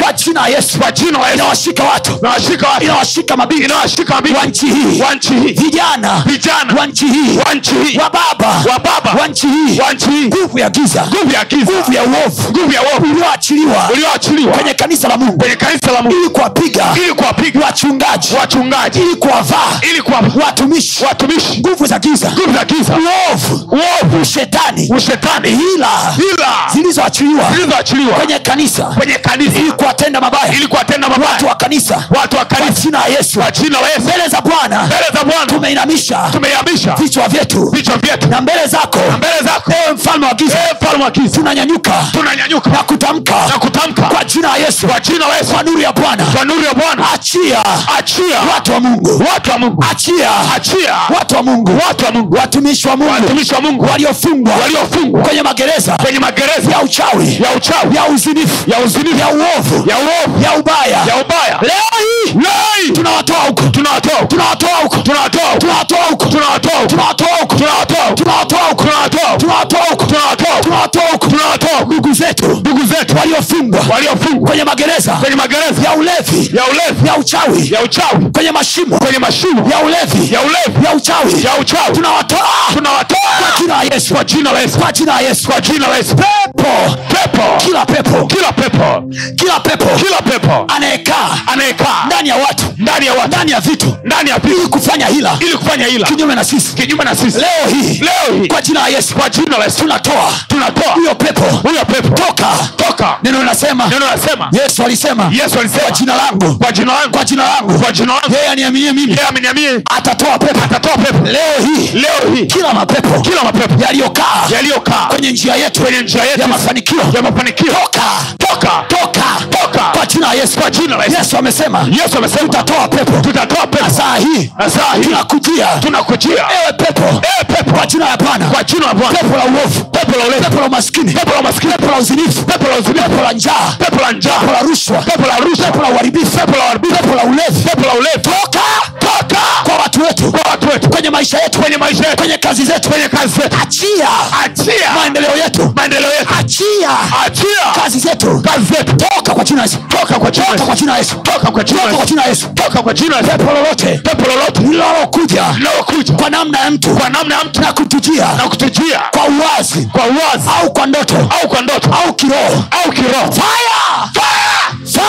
kwa jina la yesu kwa jina la yesu inawashika watu inawashika watu inawashika mabinti inawashika mabinti wa nchi hii wa nchi hii vijana vijana wa nchi hii wa nchi hii wa baba wa baba wa nchi hii wa nchi hii nguvu ya giza nguvu ya giza nguvu ya uovu nguvu ya uovu iliyoachiliwa iliyoachiliwa kwenye kanisa la Mungu kwenye kanisa la Mungu ili kuwapiga ili kuwapiga wachungaji wachungaji ili kuwavaa ili kuwa watumishi watumishi nguvu za giza nguvu za giza uovu uovu ushetani ushetani hila hila zilizoachiliwa zilizoachiliwa kwenye kanisa kwenye kanisa ili kuwatenda mabaya ili kuwatenda mabaya watu wa kanisa watu wa kanisa jina la Yesu kwa jina la Yesu mbele za Bwana mbele za Bwana tumeinamisha tumeinamisha vichwa vyetu vichwa vyetu na mbele zako na mbele zako ewe mfalme wa giza ewe mfalme wa giza tunanyanyuka tunanyanyuka na kutamka na kutamka kwa jina la Yesu kwa jina la Yesu kwa nuru ya Bwana kwa nuru ya Bwana achia achia watu wa Mungu watu wa Mungu achia achia watu wa Mungu watu wa Mungu watumishi wa Mungu watumishi wa Mungu waliofungwa waliofungwa kwenye magereza kwenye magereza ya uchawi ya uchawi ya uzinifu ya uzinifu ya uovu ya uovu ya ubaya ya ubaya leo hii leo hii tunawatoa huko tunawatoa huko tunawatoa huko tunawatoa huko tunawatoa huko tunawatoa huko tunawatoa huko tunawatoa huko tunawatoa huko tunawatoa huko tunawatoa huko tunawatoa huko tunawatoa huko ndugu zetu ndugu zetu waliofungwa waliofungwa kwenye magereza kwenye magereza ya ulevi ya ulevi ya uchawi ya uchawi kwenye mashimo kwenye mashimo ya ulevi ya ulevi ya uchawi ya uchawi tunawatoa tunawatoa kwa jina la Yesu kwa jina la Yesu kwa jina la Yesu kwa jina la Yesu pepo pepo kila pepo kila pepo kila pepo kila pepo anayekaa anayekaa ndani ya watu ndani ya watu ndani ya vitu ndani ya vitu ili kufanya hila ili kufanya hila kinyume na sisi kinyume na sisi leo hii leo hii kwa jina la Yesu kwa jina la Yesu tunatoa tunatoa huyo pepo huyo pepo toka toka neno linasema neno linasema Yesu alisema Yesu alisema kwa jina langu kwa jina langu kwa jina langu kwa jina langu yeye aniaminie mimi yeye ameniamini atatoa pepo atatoa pepo leo hii leo hii kila mapepo kila mapepo yaliyokaa yaliyokaa kwenye njia yetu kwenye njia yetu ya mafanikio ya mafanikio toka toka toka toka kwa jina la Yesu kwa jina la Yesu Yesu amesema Yesu amesema tutatoa pepo tutatoa pepo saa hii saa hii tunakujia tunakujia ewe pepo ewe pepo kwa jina la Bwana kwa jina la Bwana pepo la uovu pepo la ulevi pepo la umaskini pepo la umaskini pepo la uzinifu pepo la uzinifu pepo la njaa pepo la njaa pepo la rushwa pepo la rushwa pepo la uharibifu pepo la uharibifu pepo la ulevi pepo la ulevi toka toka kwa watu wetu kwa watu wetu kwenye maisha yetu kwenye maisha yetu kwenye kazi zetu kwenye kazi zetu achia achia maendeleo yetu maendeleo yetu achia achia kazi zetu kazi zetu toka kwa jina la Yesu toka kwa jina toka kwa jina la Yesu toka kwa jina toka kwa jina la Yesu toka kwa jina pepo lolote pepo lolote lililokuja lililokuja kwa namna ya mtu kwa namna ya mtu na kutujia na kutujia kwa uwazi kwa uwazi au kwa ndoto au kwa ndoto au kiroho au kiroho fire fire fire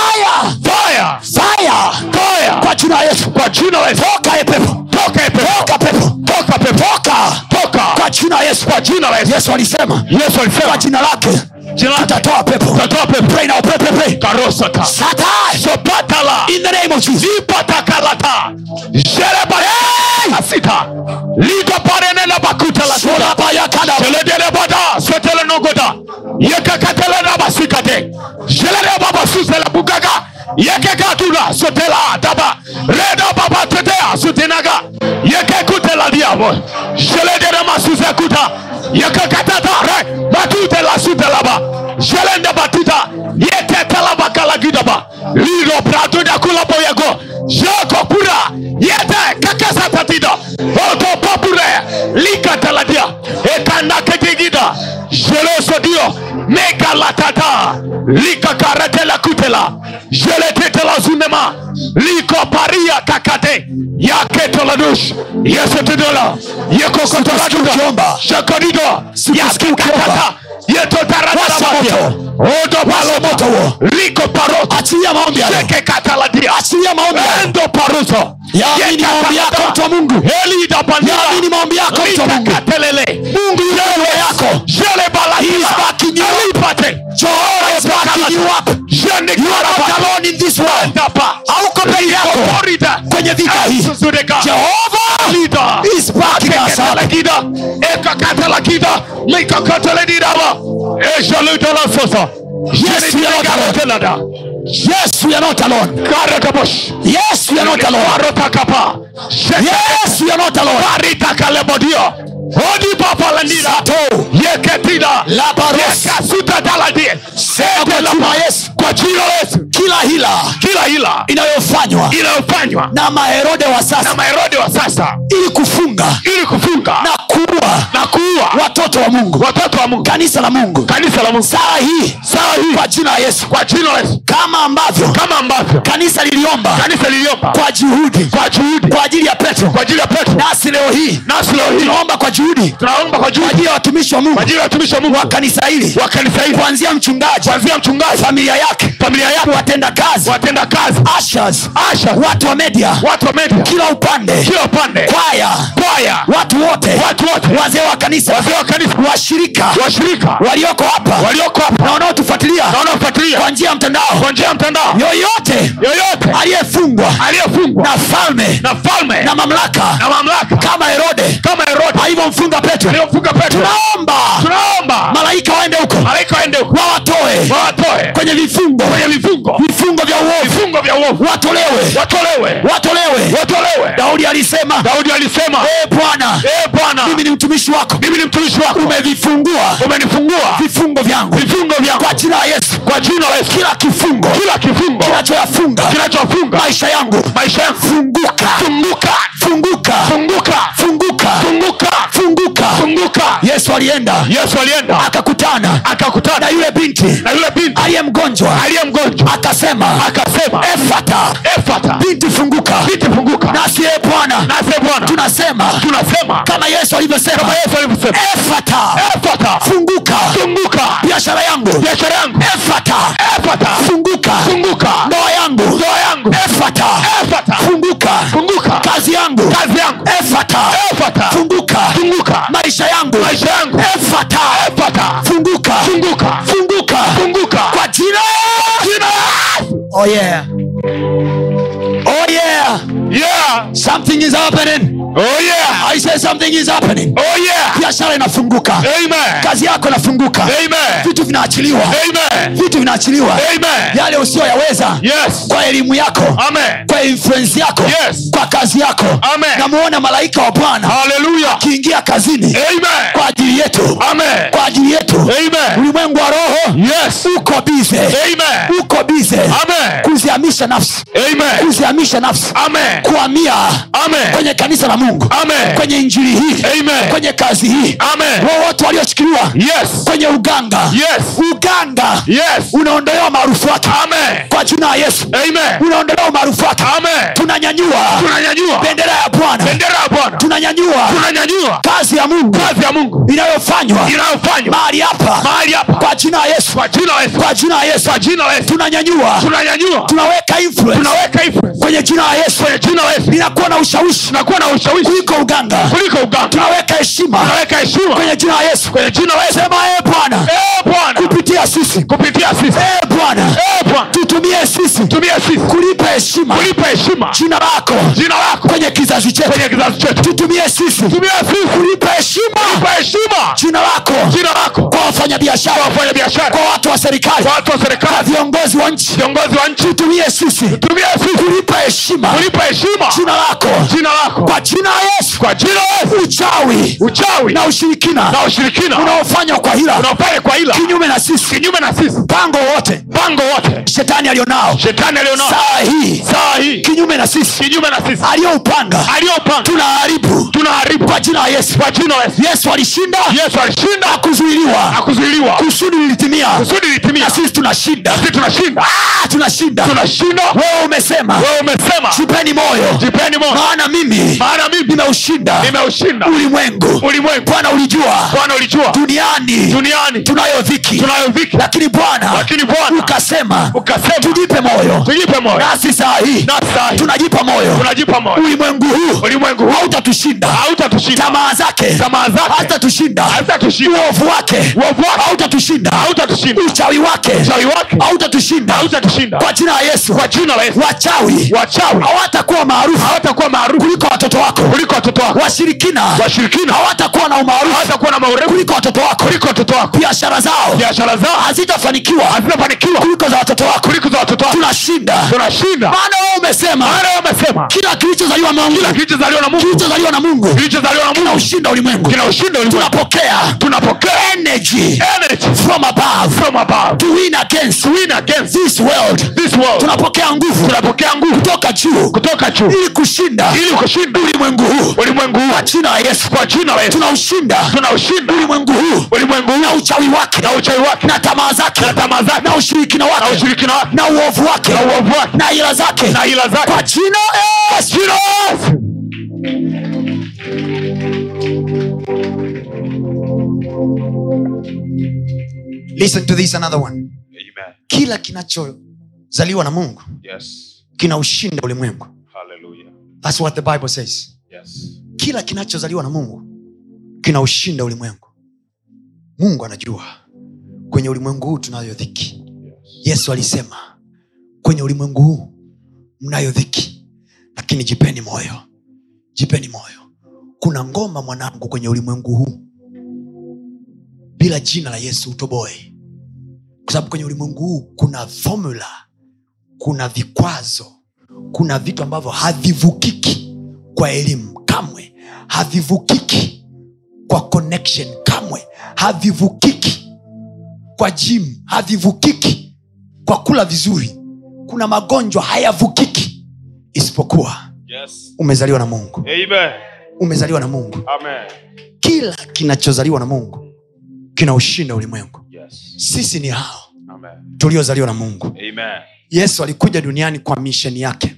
fire fire fire kwa jina la Yesu kwa jina la Yesu toka e pepo toka e pepo toka pepo toka pepo toka toka kwa jina la Yesu kwa jina la Yesu Yesu alisema Yesu alisema kwa jina lake tutatoa pepo tutatoa pepo pray now pray pray pray karosata sata sopatala in the name of Jesus ipatakalata jerebare asita lito parene na bakuta la sola baya kada jeledele bada sotele nogoda yekakatele na basikate jelele baba susela bugaga yekekatula sotela daba reda baba tetea sutenaga yekekutela diabo jeledele masusekuta yekekatata re batute la sutelaba jelende batuta yetetelaba kalagidaba lilo pratuda kulabo yego yoko pura yete kakasatatido oto papure likataladia ekandakejigida jelosodio megalatata likakaretela kutela jeletetela zunema likoparia kakate yaketoladush yesetedola yekokotoladuda shekodido yakikatata Washa moto. Washa moto huo. Achilia maombi hayo. Achilia maombi hayo. Yaamini maombi yako mtu wa Mungu. Yaamini maombi yako mtu wa Mungu. Mungu yu mbele yako. He is backing you up. Jehovah is backing you up. You are not alone in this world. Hauko peke yako kwenye vita hii. Jehovah is backing us up. Yes, we are not alone. Yes, we are not alone. Yes, we are not alone. Yes, we are not alone. Sato. La baros. Sema kwa jina la Yesu. Kila hila inayofanywa inayofanywa na Maherode wa na sasa maherode wa sasa ili kufunga ili kufunga na kuua na kuua watoto wa mungu watoto wa mungu kanisa la mungu kanisa la mungu sala hii sala hii kwa jina la yesu kwa jina la yesu kama ambavyo kama ambavyo kanisa liliomba kanisa liliomba kwa juhudi kwa juhudi kwa ajili ya petro kwa ajili ya petro nasi leo hii nasi leo hii tunaomba kwa juhudi tunaomba kwa juhudi kwa ajili ya watumishi wa mungu kwa ajili ya watumishi wa mungu wa kanisa hili wa kanisa hili kuanzia mchungaji kuanzia mchungaji familia yake familia yake watenda kazi watenda kazi ushers ushers watu wa media watu wa media kila upande kila upande kwaya kwaya watu wote watu wote wazee wa kanisa wazee wa kanisa washirika washirika walioko hapa walioko hapa na wanaotufuatilia na wanaofuatilia kwa njia ya mtandao kwa njia ya mtandao yoyote yoyote aliyefungwa aliyefungwa na falme na falme na mamlaka na mamlaka kama Herode kama Herode alivyomfunga Petro alivyomfunga Petro tunaomba tunaomba malaika waende huko malaika waende huko wawatoe wawatoe kwenye vifungo kwenye vifungo vifungo vya uovu vifungo vya uovu watolewe watolewe watolewe watolewe Daudi alisema Daudi alisema eh Bwana "Ee eh Bwana mimi ni mtumishi wako mimi ni mtumishi wako umevifungua umenifungua vifungo vyangu vifungo vyangu kwa jina la Yesu kwa jina la Yesu kila kifungo kila kifungo kinachoyafunga kinachofunga maisha yangu maisha yangu funguka funguka funguka funguka funguka funguka funguka funguka Yesu alienda Yesu alienda akakutana akakutana na yule binti na yule binti aliye mgonjwa aliye mgonjwa akasema akasema Efata Efata binti funguka binti funguka nasi e Bwana nasi e Bwana tunasema tunasema kama Yesu alivyosema kama Yesu alivyosema Efata Efata funguka funguka biashara yangu biashara yangu Efata Efata funguka funguka ndoa yangu ndoa yangu Efata Efata funguka funguka kazi yangu kazi yangu Efata Efata funguka funguka maisha yangu maisha yangu Efata Efata funguka funguka funguka funguka kwa jina jina Oh yeah Oh yeah yeah something is happening oh yeah I say something is happening oh yeah biashara inafunguka amen kazi yako inafunguka amen vitu vinaachiliwa amen vitu vinaachiliwa amen yale usiyoyaweza yes kwa elimu yako amen kwa influence yako Yes. kwa kazi yako Amen. namuona malaika wa bwana hallelujah akiingia kazini amen kwa ajili yetu amen kwa ajili yetu amen ulimwengu wa roho yes uko bize amen uko bize amen kuzihamisha nafsi amen kuzihamisha nafsi amen kuhamia amen kwenye kanisa la mungu amen kwenye injili hii Amen. kwenye kazi hii amen wowote walioshikiliwa yes kwenye uganga yes uganga yes unaondolewa maarufu wake amen kwa jina la yesu amen unaondolewa maarufu wake amen tunanyanyua tunanyanyua bendera ya bwana bendera ya bwana tunanyanyua tunanyanyua kazi ya mungu kazi ya mungu inayofanywa inayofanywa mahali hapa mahali hapa kwa jina la yesu kwa jina la Yesu. kwa jina la yesu kwa jina la Yesu. tunanyanyua tunanyanyua tunaweka influence tunaweka influence kwenye jina la yesu kwenye jina la Yesu. linakuwa na ushawishi tunakuwa na ushawishi kuliko uganga kuliko uganga tunaweka heshima tunaweka heshima kwenye jina la yesu kwenye jina la yesu sema ee bwana Eh, bwana kupitia sisi kupitia sisi ee bwana Eh, bwana tutumie sisi tumia sisi kulipa heshima kulipa heshima jina lako jina lako kwenye kizazi kwenye chetu kizazi chetu tutumie sisi tumia sisi kulipa heshima kulipa heshima jina lako jina lako kwa wafanyabiashara wafanya biashara kwa watu wa serikali kwa watu wa kwa serikali viongozi wa nchi viongozi wa nchi tutumie sisi tumia sisi kulipa heshima kulipa heshima jina lako jina lako kwa jina la yesu kwa jina la Yesu. uchawi uchawi na ushirikina na ushirikina unaofanywa kwa hila unaofanya kwa ila kinyume na sisi kinyume na sisi mpango wote mpango wote shetani alionao shetani alionao saa hii saa hii kinyume na sisi kinyume na sisi aliyoupanga aliyopanga tunaharibu tunaharibu kwa jina la yesu kwa jina la Yesu. yesu alishinda yesu alishinda akuzuiliwa akuzuiliwa kusudi lilitimia kusudi litimia na sisi tunashinda sisi tunashinda Ah, tunashinda tunashinda wewe umesema wewe umesema jipeni moyo jipeni moyo maana mimi maana mimi nimeushinda nimeushinda ulimwengu ulimwengu bwana ulijua bwana ulijua duniani duniani tunayo dhiki tunayo dhiki lakini bwana lakini bwana ukasema ukasema tujipe moyo tujipe moyo nasi saa hii na sahi tunajipa moyo tunajipa moyo ulimwengu huu ulimwengu huu hautatushinda hautatushinda tamaa zake tamaa zake hazitatushinda hautatushinda uovu wake uovu wake hautatushinda hautatushinda uchawi wake uchawi wake hautatushinda hautatushinda kwa jina la yesu kwa jina la Yesu wachawi wachawi hawatakuwa maarufu hawatakuwa maarufu kuliko watoto wako kuliko watoto wako washirikina washirikina hawatakuwa na umaarufu hawatakuwa na maurefu kuliko watoto wako kuliko watoto wako biashara zao biashara zao hazitafanikiwa hazitafanikiwa kuliko za watoto wako kuliko za watoto tuna shida tunashinda maana wewe umesema maana wewe umesema kila kilichozaliwa na mungu kilichozaliwa na mungu kilichozaliwa na mungu kilichozaliwa na mungu kinaushinda ulimwengu kinaushinda ulimwengu tunapokea tunapokea energy energy from above from above to win against win against this world this world tunapokea nguvu tunapokea nguvu kutoka juu kutoka juu ili kushinda ili kushinda ulimwengu huu ulimwengu huu kwa jina la yesu kwa jina la Yesu tunaushinda tunaushinda ulimwengu huu ulimwengu huu na uchawi wake na uchawi wake na tamaa zake na tamaa zake na ushirikina wake na ushirikina wake na uovu wake na uovu wake na ila zake na hila zake kwa jina la Yesu. Jina la Yesu. listen to this another one kila kinachozaliwa na mungu Yes. kinaushinda ulimwengu Hallelujah. That's what the bible says Yes. kila kinachozaliwa na mungu kinaushinda ulimwengu mungu anajua kwenye ulimwengu huu tunayo dhiki yesu alisema kwenye ulimwengu huu mnayo dhiki lakini jipeni moyo jipeni moyo kuna ngoma mwanangu kwenye ulimwengu huu bila jina la yesu utoboe kwa sababu kwenye ulimwengu huu kuna formula kuna vikwazo kuna vitu ambavyo havivukiki kwa elimu kamwe havivukiki kwa connection kamwe havivukiki kwa gym havivukiki kwa kula vizuri kuna magonjwa hayavukiki isipokuwa Yes. umezaliwa na mungu Amen. umezaliwa na mungu Amen. kila kinachozaliwa na mungu kinaushinda ulimwengu Yes. sisi ni hao Amen. tuliozaliwa na mungu Amen. yesu alikuja duniani kwa misheni yake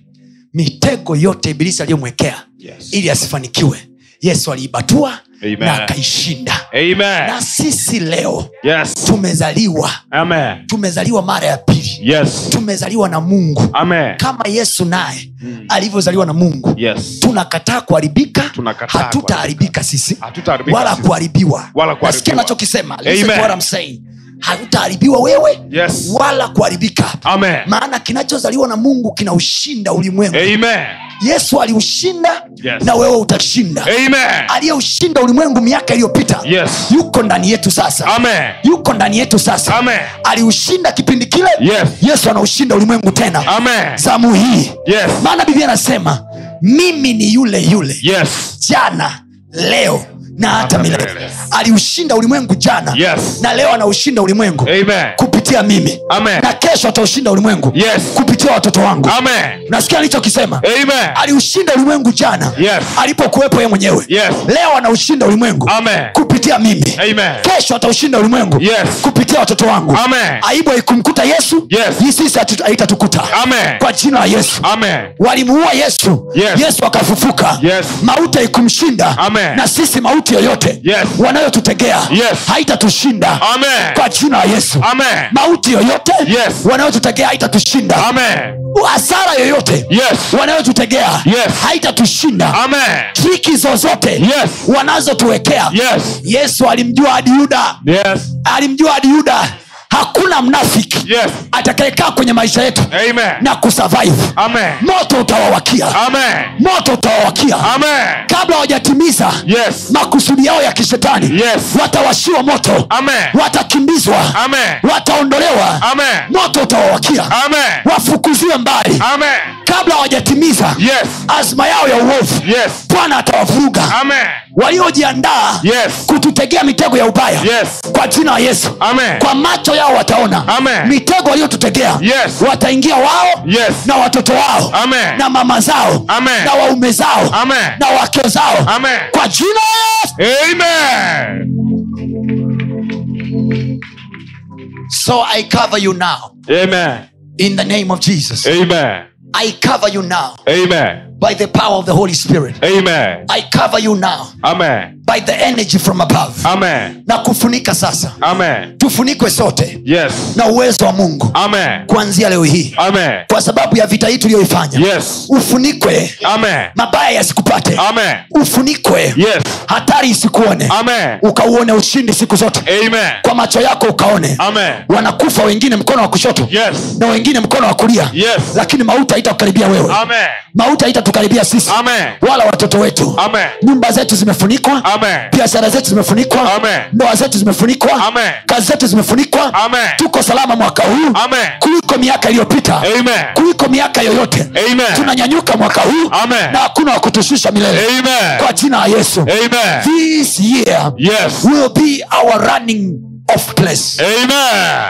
mitego yote ibilisi aliyomwekea Yes. ili asifanikiwe yesu aliibatua Amen. na akaishinda na Amen. sisi leo Yes. tumezaliwa Amen. tumezaliwa mara ya pili Yes. tumezaliwa na mungu Amen. kama yesu naye Hmm. alivyozaliwa na mungu Yes. tunakataa kuharibika Tunakataa hatutaharibika sisi Hatutaharibika wala sisi. kuharibiwa Wala kuharibiwa. nasikia nachokisema Listen Amen. to what I'm saying. hatutaharibiwa wewe Yes. wala kuharibika Amen. maana kinachozaliwa na mungu kinaushinda ulimwengu Amen. yesu aliushinda Yes. na wewe utashinda Amen. aliyeushinda ulimwengu miaka iliyopita Yes. yuko ndani yetu sasa Amen. yuko ndani yetu sasa Amen. aliushinda kipindi kile Yes. yesu anaushinda ulimwengu tena Amen. zamu hii Yes. maana biblia anasema mimi ni yule yule Yes. jana leo na hata milele milele. aliushinda ulimwengu jana Yes. na leo anaushinda ulimwengu Amen. kupitia mimi Amen. na kesho ataushinda ulimwengu Yes. kupitia watoto wangu Amen. nasikia alichokisema Amen. aliushinda ulimwengu jana Yes. alipokuwepo ye mwenyewe Yes. leo anaushinda ulimwengu Amen. kupitia mimi Amen. kesho ataushinda ulimwengu Yes. kupitia watoto wangu Amen. aibu haikumkuta yesu Yes. hii sisi hatu- haitatukuta Amen. kwa jina la yesu Amen. walimuua yesu Yes. yesu akafufuka Yes. mauti haikumshinda Amen. na sisi mauti yoyote Yes. wanayotutegea Yes. haitatushinda Amen. kwa jina la yesu Amen. mauti yoyote Yes. wanayotutegea haitatushinda Amen. hasara yoyote Yes. wanayotutegea Yes. haitatushinda Amen. triki zozote Yes. wanazotuwekea Yes. yesu alimjua hadi yuda Yes. alimjua hadi yuda hakuna mnafiki Yes. atakayekaa kwenye maisha yetu Amen. na kusurvive Amen. moto utawawakia Amen. moto utawawakia Amen. kabla hawajatimiza Yes. makusudi yao ya kishetani Yes. watawashiwa moto Amen. watakimbizwa Amen. wataondolewa Amen. moto utawawakia Amen. wafukuziwe mbali Amen. kabla hawajatimiza Yes. azma yao ya uovu Yes. bwana atawavuruga Amen. waliojiandaa Yes. kututegea mitego ya ubaya Yes. kwa jina la yesu Amen. kwa macho yao wataona Amen. mitego waliyotutegea Yes. wataingia wao Yes. na watoto wao Amen. na mama zao Amen. na waume zao Amen. na wake zao Amen. kwa jina la yesu Amen. so i cover you now Amen. in the name of jesus Amen. i cover you now Amen. by the power of the holy spirit Amen. i cover you now Amen. by the energy from above Amen. na kufunika sasa Amen. tufunikwe sote Yes. na uwezo wa mungu Amen. kuanzia leo hii Amen. kwa sababu ya vita hii tuliyoifanya Yes. ufunikwe Amen. mabaya yasikupate Amen. ufunikwe Yes. hatari isikuone Amen. ukauone ushindi siku zote Amen. kwa macho yako ukaone Amen. wanakufa wengine mkono wa kushoto Yes. na wengine mkono wa kulia Yes. lakini mauti haitakukaribia wewe Amen. mauti haitatukaribia sisi Amen. wala watoto wetu Amen. nyumba zetu zimefunikwa Amen. biashara zetu zimefunikwa Amen. ndoa zetu zimefunikwa Amen. kazi zetu zimefunikwa Amen. tuko salama mwaka huu Amen. kuliko kuliko miaka iliyopita Amen. kuliko miaka yoyote Amen. tunanyanyuka mwaka huu Amen. na hakuna wa kutushusha milele Amen. kwa jina la yesu Amen. this year Yes. will be our running off place Amen.